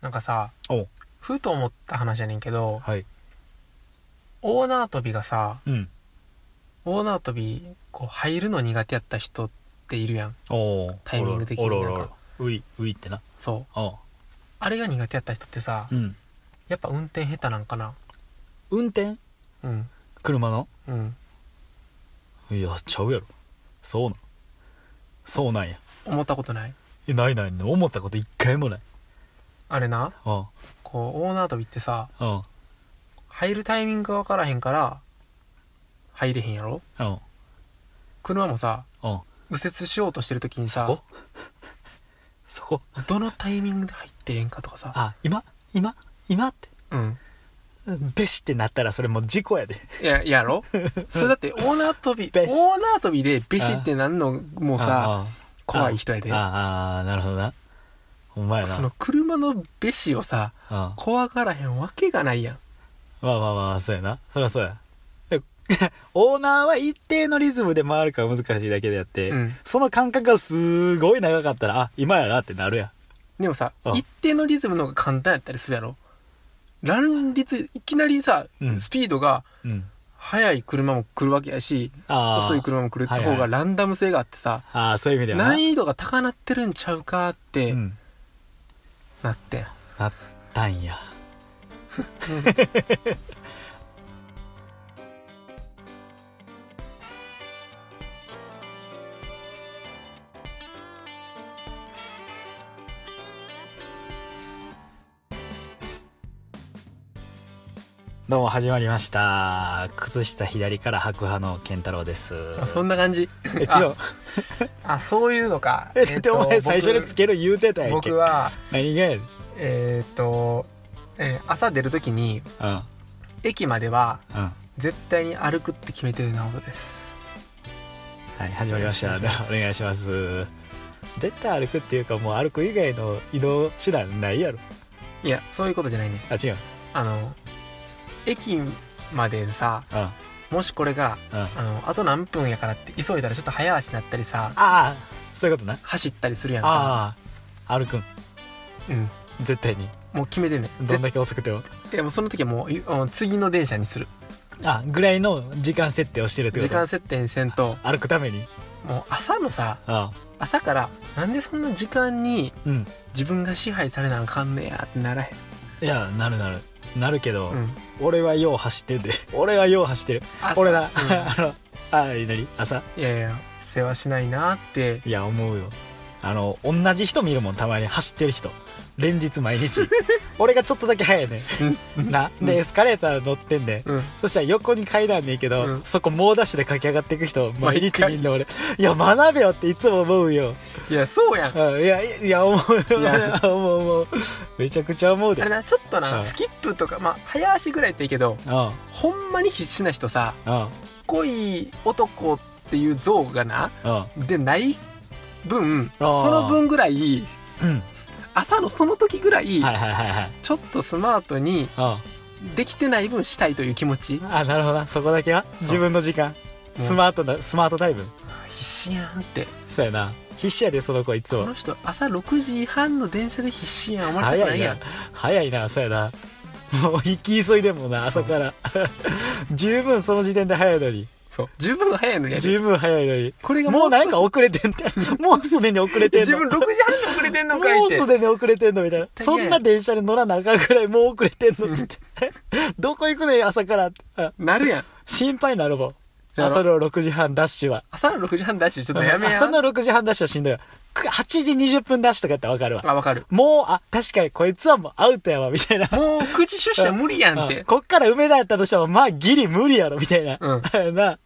なんかさおふと思った話やねんけどはい大縄跳びがさうん大縄跳びこう入るの苦手やった人っているやんおおタイミング的におろおろおなろんかういういってなそうおうあれが苦手やった人ってさうんやっぱ運転下手なんかな運転うん車のうんいやちゃうやろそうなんそうなんや思ったことないえないないない思ったこと一回もないあれなうんうんこう大縄跳びってさ入るタイミングが分からへんから入れへんやろうん車もさうん右折しようとしてる時にそさこ そこどのタイミングで入ってええんかとかさあ今今今ってうんべしってなったらそれもう事故やでいやや ろそれだってオーナー跳びオべーしナー跳びでべしってなんのもうさあ怖い人やでああなるほどなほんまやなその車のべしをさうん怖がらへんわけがないやんまあまあまあ、そうやな。そりゃそうや。で オーナーは一定のリズムで回るから難しいだけであって、うんその感覚がすごい長かったら、あ、今やなってなるやん。でもさあ一定のリズムの方が簡単やったりするやろ乱立いきなりさうんスピードがうん。速い車も来るわけやしああ。遅い車も来るって方はいはがいランダム性があってさああ、そういう意味ではな。難易度が高なってるんちゃうかってうん。なってんなったんや。どうも始まりました靴下左から白派の健太郎ですあそんな感じえ違うあそういうのかえだってお前最初につけける言うてたやんけ僕は何がやねんえーっと、えー朝出るときにうんうん駅まではは絶対に歩くって決めてる直人ですい始まりましたではお願いします絶対歩くっていうかもう歩く以外の移動手段ないやろいやそういうことじゃないねあ違うあの駅までさうんうんもしこれがああのあと何分やからって急いだらちょっと早足になったりさあそういうことな走ったりするやんかああ歩くんうん絶対にもう決めてんねんど絶んだけ遅くても対もうその時はもういあの次の電車にするあぐらいの時間設定をしてるってこ時と間設定にせんと歩くためにもう朝のさあ朝からなんでそんな時間にうん自分が支配されなあかんねやってならへん、いやなるなるなるけど、うん、俺はよう走ってるで俺はよう走ってる朝俺うだ、ん あのあ何朝いやいや世話しないなっていや思うよあの同じ人見るもんたまに走ってる人連日毎日 俺がちょっとだけ早いねん なうでんエスカレーター乗ってんねんうんそしたら横に階段ねんけど、うんそこ猛ダッシュで駆け上がっていく人毎日毎回みんな俺いや学べよっていつも思うよ、いやそうやんあうん、いやいや思うよいや 思う思うめちゃくちゃ思うでれうんなちょっとな、うんスキップとかまあ早足ぐらいっていいけどうんほんまに必死な人さうん恋男っていう像がなでない分あーその分ぐらいうん朝のその時ぐらい、はいはいはいはいちょっとスマートにうできてない分したいという気持ちんあなるほどなそこだけは自分の時間うんスマートなスマートタイム必死やんってそうやな必死やでその子いつこもの人朝6時半の電車で必死やん思われたく早ないいやなん早いなそうやなもう行き急いでんもんな朝から 十分その時点で早いのにそう十分早いのにやで十分早いのにこれがもうなん少しか遅れてん だもうすでに遅れてん自の分6時半に遅れてんのかいもっうてすでに遅れてんのみたいな絶対そ嫌やんな電車に乗らなあかんぐらいもう遅れてんのっつって どこ行くねん朝からってあなるやん心配なるもんやろ朝の6時半ダッシュは朝の6時半ダッシュちょっとやめや朝の6時半ダッシュはしんどいわく8時20分ダッシュとかやってわかるわあわかるもう、あ、確かにこいつはもうアウトやわ、みたいな。もう9時出社無理やんっうんてこっから梅田やったとしても、まあ、ギリ無理やろ、みたいな。う な、それなら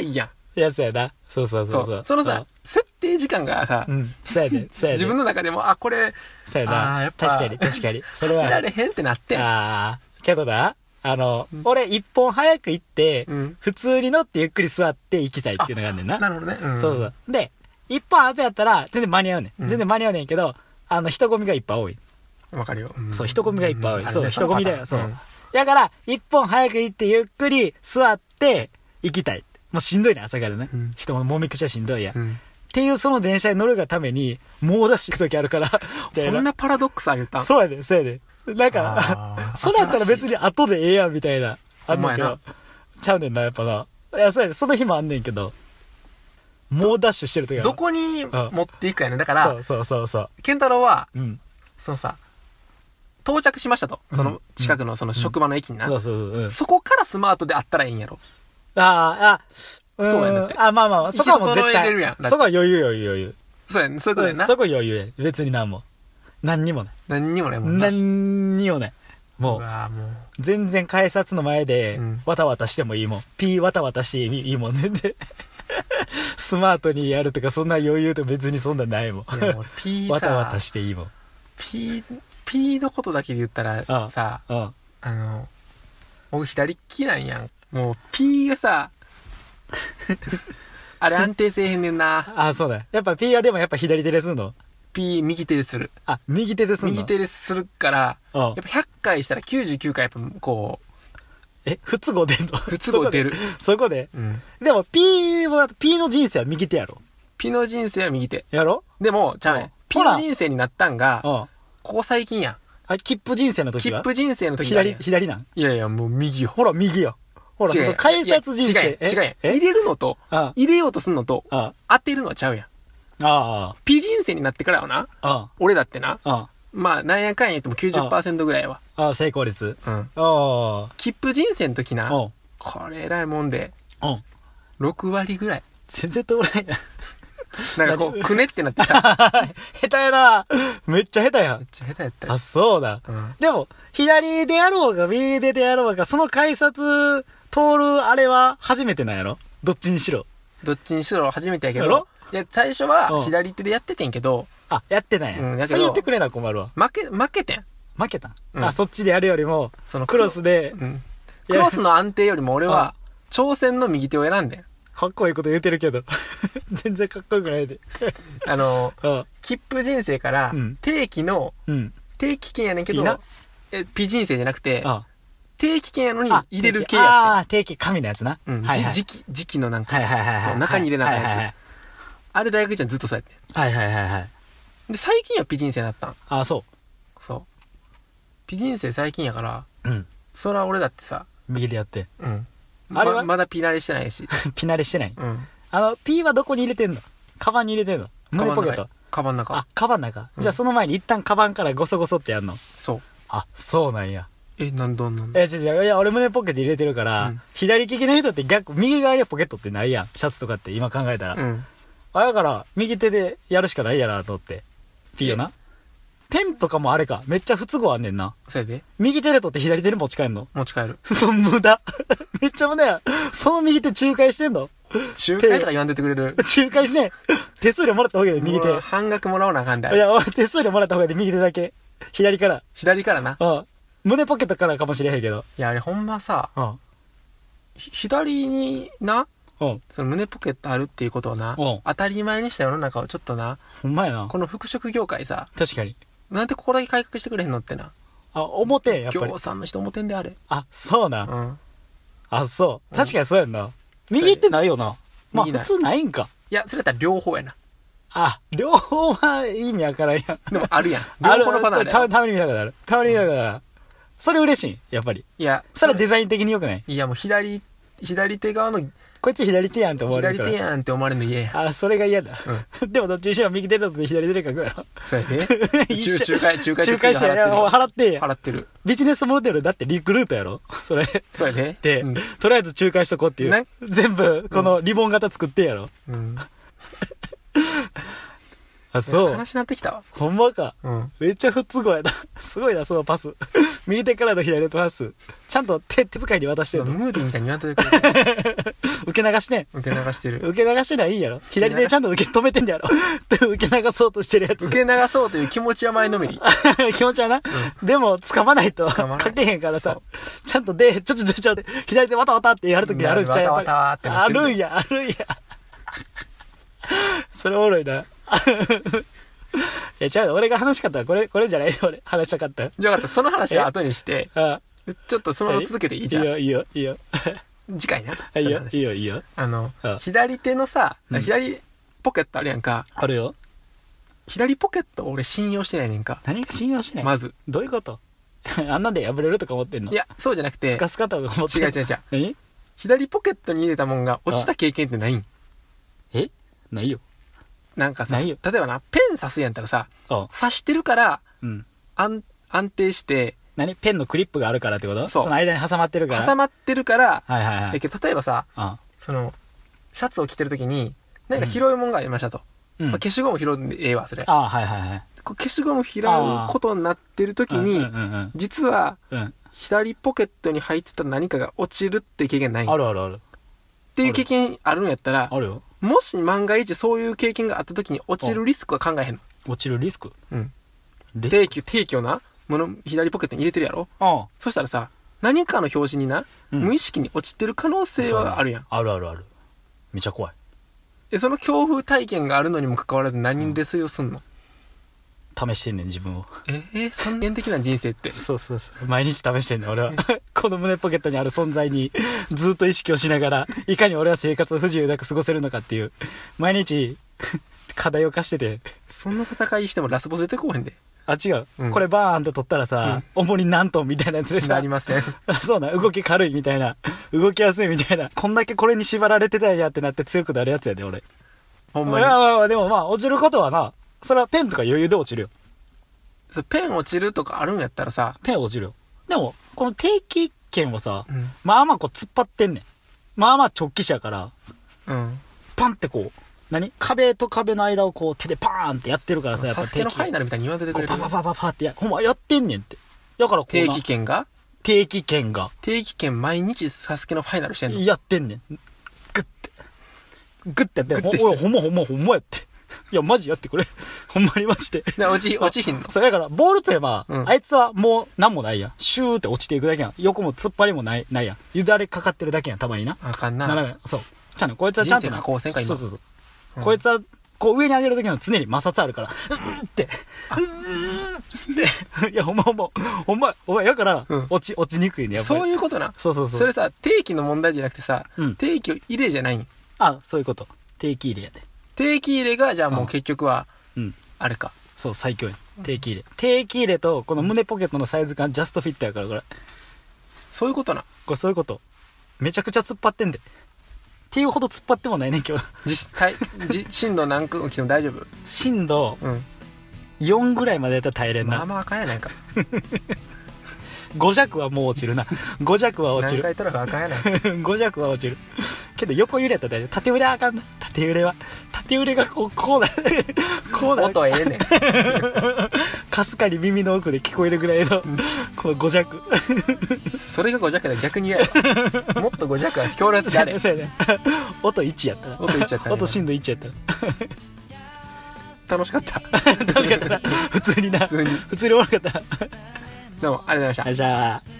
いいやんやつやな。そうそうそそうそうう。そのさ設定時間がさうん、うん、そうやで、そうやで。自分の中でもあこれそうやあーやなっ。ぱ確かに、確かに。そ走れは。られへんってなってんああ、けどな、あの、俺、一本早く行って、うん普通に乗ってゆっくり座って行きたいっていうのがあんねんな。なるほどねうんそうそう。で、一本後やったら、全然間に合うねうんん。全然間に合うねんけど、あの、人混みがいっぱい多い。わかるよんそう、人混みがいっぱい多んい。あるそねう、人混みだよ。そのパう。だから、一本早く行って、ゆっくり座って、行きたい。もうしんどいね、朝からねうん。人ももみくちゃしんどいやター。ンうんっていうその電車に乗るがために猛ダッシュ行く時あるからみた いそんなパラドックスあ言ったそうやでそうやでなんか それやったら別にに後でええやんみたいなあんねんけほんまどちゃうねんなやっぱないやそうやでその日もあんねんけど猛ダッシュしてる時あるどこに持っていくかやねだかそらうそうそうそ健太郎はううんそのさ到着しましたとうんその近くのその職場の駅にな、そうそうそう、うん、そこからスマートであったらいいんやろああ、あ、そうやんだってあ、まあまあまあ、そこはもう絶行き届い対てるやんだっ。てそこは余裕余裕余裕。そうやねそういうことやなそこ余裕や。別に何も。何にもない。何にもないもんな何にもない。もうう、わーもう全然改札の前でうん、わたわたしてもいいもん。ピーわたわたしていいもん。全然。スマートにやるとか、そんな余裕とか別にそんなないもん。いやも う P わたわさたしていいもん。 P, P のことだけで言ったらあさうん。あの僕左利きなんやんもう P が さあれ安定せえへんねんなあ、そうだ。やっぱピーはでもやっぱ左手ですんの P 右手でするあ、右手ですんの右手でするからうんやっぱ100回したら99回やっぱこえ、不都合出んのう不都合出る、 そこで。うん、でも、ピーは、ピーの人生は右手やろ。 P の人生は右手やろでもちゃううんね P ほらの人生になったんがうん。あ、ここ最近やん切符人生の時切は符人生の時左、だね左なんいやいやもう右よほら、右よ。ほら、違そうやんの改札人い生。や違うやん違うやんえ入れるのとあ入れようとするのとあ、当てるのはちゃうやんあ、 P 人生になってからはなあ、俺だってなあ、まあなんやかんや言っても90%ぐらいはあ、成功率。うんああ、切符人生の時なうん、これ偉いもんでうん。 6割ぐらい全然通らないな。なんかこうくねってなってさ 下手やな。めっちゃ下手やめっ。んちゃ下手やったよあ、そうだ。うんでも、左でやろうが、右手でやろうが、その改札通るあれは初めてなんやろどっちにしろ。どっちにしろ初めてやけやどろいや最初うはん左手でやっててんけどあ、やってないうんんやや。けどそう言ってくれな困るわ。負け負けてん負けたん、うんあそっちでやるよりもそのクロスでうんクロスの安定よりも俺は挑戦の右手を選んでんかっこいいこと言うてるけど 全然かっこよくないであの うん切符人生からうん定期のうん定期券やねんけいいなどえ P 人生じゃなくてあ定期券やのに入れる系やああー定期紙のやつな、ってんうんはいはいじ時期時期のなんかはいはいはいはいそう中に入れなあかんやつはいはいあれ大学時代ずっとそうやってはいはいはいはいはいんで最近は P 人生だったんあそそう P 人生最近やからううんそら俺だってさ右でやって うんあれはままだピ慣れしてないしピナレしてない うんあの P はどこに入れてんのカバンに入れてんの胸ポケットカバンの中あカバンの中、うんじゃあその前に一旦カバンからゴソゴソってやんのそうあそうなんやえなんどんなんえ、違う違う。いや、俺胸ポケット入れてるから、うん左利きの人って逆、右側にはポケットってないやん。シャツとかって今考えたら。うんあ、だから、右手でやるしかないやなと思って。ピーよな。ペンとかもあれか。めっちゃ不都合あんねんな。それで右手で取って左手で持ち帰んの 持ち帰るその無駄。 めっちゃ無駄やん。その右手仲介してんの仲介とか言わんでてくれる仲介しねえ。手数料もらった方がいいで、 右手。うわ半額もらおうなあかんだいや、おい手数料もらった方がいいで、右手だけ。左から。左からなうん。胸ポケットからかもしれへんけど。いやあれほんまさうん。ひ左になうん。その胸ポケットあるっていうことをなうん当たり前にした世の中をちょっとなほんまやな。この服飾業界さ確かに。なんでここだけ改革してくれへんのってなあ、表、やっぱり業。産の人思ってんであれあ、そうな。うんんあ、そうう。ん確かにそうやんな。右ってないよな。まあ、右な普い通ないんか。いやそれやったら両方や なあ、両方は意味わからんやん。でもあるやんあ両方のパターンるだたまよたまに見たことある。たまに見たことある。それ嬉しい。やっぱり。いやそれはデザイン的に良くないいやもう左左手側のこいつ左手やんって思われる左から。手やんって思われるの嫌やあ、それが嫌だ。でもどっちにしろ右手だと左手で書くや ろ。そうやで仲 一緒仲介仲介手仲介して数料払ってるやる。もう払ってんやん払ってるビジネスモデルだってリクルートやろ。それ。そうやでで、うんとりあえず仲介しとこうっていなう。全部、このリボン型作ってんやろ。うんあ、そう悲。しなってきたわほんまか。うんめっちゃ不都合やな。 すごいな、そのパス。 右手からの左手のパス。ちゃんと手、手使いに渡してるの。ムーディーみたいに言わんといてくれ受け流してん。受け流 してる受け流してないいんやろ。左手ちゃんと受け止めてんだやろ。 で受け流そうとしてるやつ。受け流そうという気持ちは前のめり 気持ちはな。でも、掴まないと、掴まないかけへんからさ。ちゃんとで、ちょちょちょちょって、左手わたわたってやるときあるんちゃうやっぱりわたわたわたあってなってるるんや、あるんや。 それおもろいな。い や、ちゃうよ俺が話しかったらこれ、これじゃないよ、俺。話したかったじゃあ分かったその話は後にしてら。あちょっとそのまま続けていいじゃいいんよ、いいよ、いい よ。次回なそいいのよ、い話いよ、いいよ。あのうん左手のさうん左ポケットあるやんか。あるよ左ポケット俺信用してないねんか。何が信用しない、まず。どういうこと あんなんで破れるとか思ってんのいや、そうじゃなくてス、カスカだとか思って違んうの違う違う。 何左ポケットに入れたもんが落ちた経験ってないんえないよなんかさ、な例いえよばな、ペン刺すやんやったらさ、あ刺してるから、うん安、安定して、何ペンのクリップがあるからってことそうの間に挟まってるから挟まってるから、はいはいはだいけど例えばさ、あその、シャツを着てるときに、何か拾いもんがありましたと。うんまあ、消しゴム拾うんでええわ、それ。あはいはいはいこう消しゴム拾うことになってるときに、うんうん実は、うんうん左ポケットに入ってた何かが落ちるっていう経験ない。あっるあるあるていう経験あるんやったらあ、るよもし万が一そういう経験があった時に落ちるリスクは考えへんの。落ちるリスクうん。リスク定期、定期をな、もの、左ポケットに入れてるやろあそしたらさ、何かの表示にな、うん無意識に落ちてる可能性はあるやん。あるあるあるめちゃ怖いえ、その恐怖体験があるのにもかかわらず何でそれをすんの、試してんねん自分をえー、そんな的な人生って。そうそうそう毎日試してんねん俺は この胸ポケットにある存在にずっと意識をしながらいかに俺は生活を不自由なく過ごせるのかっていう毎日 課題を課しててそんな戦いしてもラスボス出てこうへんで。あ違う、うんこれバーンって取ったらさ、重り何トンみたいなやつでなさりま せん。あそうな、動き軽いみたいな、動きやすいみたいな、こんだけこれに縛られてたんやってなって強くなるやつやで、俺。ほんまいやに。まあまあ、でもまあ、落ちることはな、それはペンとか余裕で落ちるよ。そうペン落ちるとかあるんやったらさ、ペン落ちるよ。でも、この定期券をさう、ん。まあまあこう突っ張ってんねん。まあまあ直帰者やから、うん。パンってこう、何壁と壁の間をこう手でパーンってやってるからさ、やっぱサスケ定の期ファイ券。ナルみたいに言わんと出てこくうれパる。パパパパってや、ほんまやってんねんって。だからこう定な期券が定期券が、定期券毎日サスケのファイナルしてんの。やってんねん。グッて。グッてやって。グッほてしておいほんまほんまほんまやって。いや、マジやってくれ。ほんまにマジで。で落ち、落ちひんの。そう、だから、ボールペンは、うんあいつはもう、なんもないやん。シューって落ちていくだけやん。横も突っ張りもない、ないやん。ゆだれかかってるだけやん、たまにな。あかんな。斜め。そう。ちゃんと、こいつはちゃんと人生な。がこうせんか今そうそうそう。うんこいつは、こう上に上げるときの常に摩擦あるから、うんって、うんって、 いや、ほんまほんま、ほんま、お前、やからうん、落ち、落ちにくいね、やっぱり。そういうことな。そうそうそう。それさ、定期の問題じゃなくてさ、うん定期入れじゃないん。あ、そういうこと。定期入れやで。定期入れが、じゃあもううん結局は、うん。あれか。そう、最強や。定期入れ。定期入れと、この胸ポケットのサイズ感、ジャストフィットやから、これ。そういうことな。これそういうこと。めちゃくちゃ突っ張ってんで。っていうほど突っ張ってもないねんけど。実際、 じ震度何区起きても大丈夫。震度うん。 4ぐらいまでやったら耐えれんまあな。まああかんやないか。 5弱はもう落ちる な。5弱は落ち何る。回トラフあかんやないか。 5弱は落ちる。けど横揺れやったら大丈夫。縦揺れはあかんな。縦揺れは。縦揺れがこう、こう だ。こうだ。音ええねん。かすかに耳の奥で聞こえるぐらいの、この5弱。それが5弱だ。逆に嫌やわ。もっと5弱は強烈であれ。そうやね。音1やったな。音いっちゃったね音震度1やったな。 楽しかった。楽しかったな普通にな普通に。普通におもろかったなどうもありがとうございましたあ。じゃあ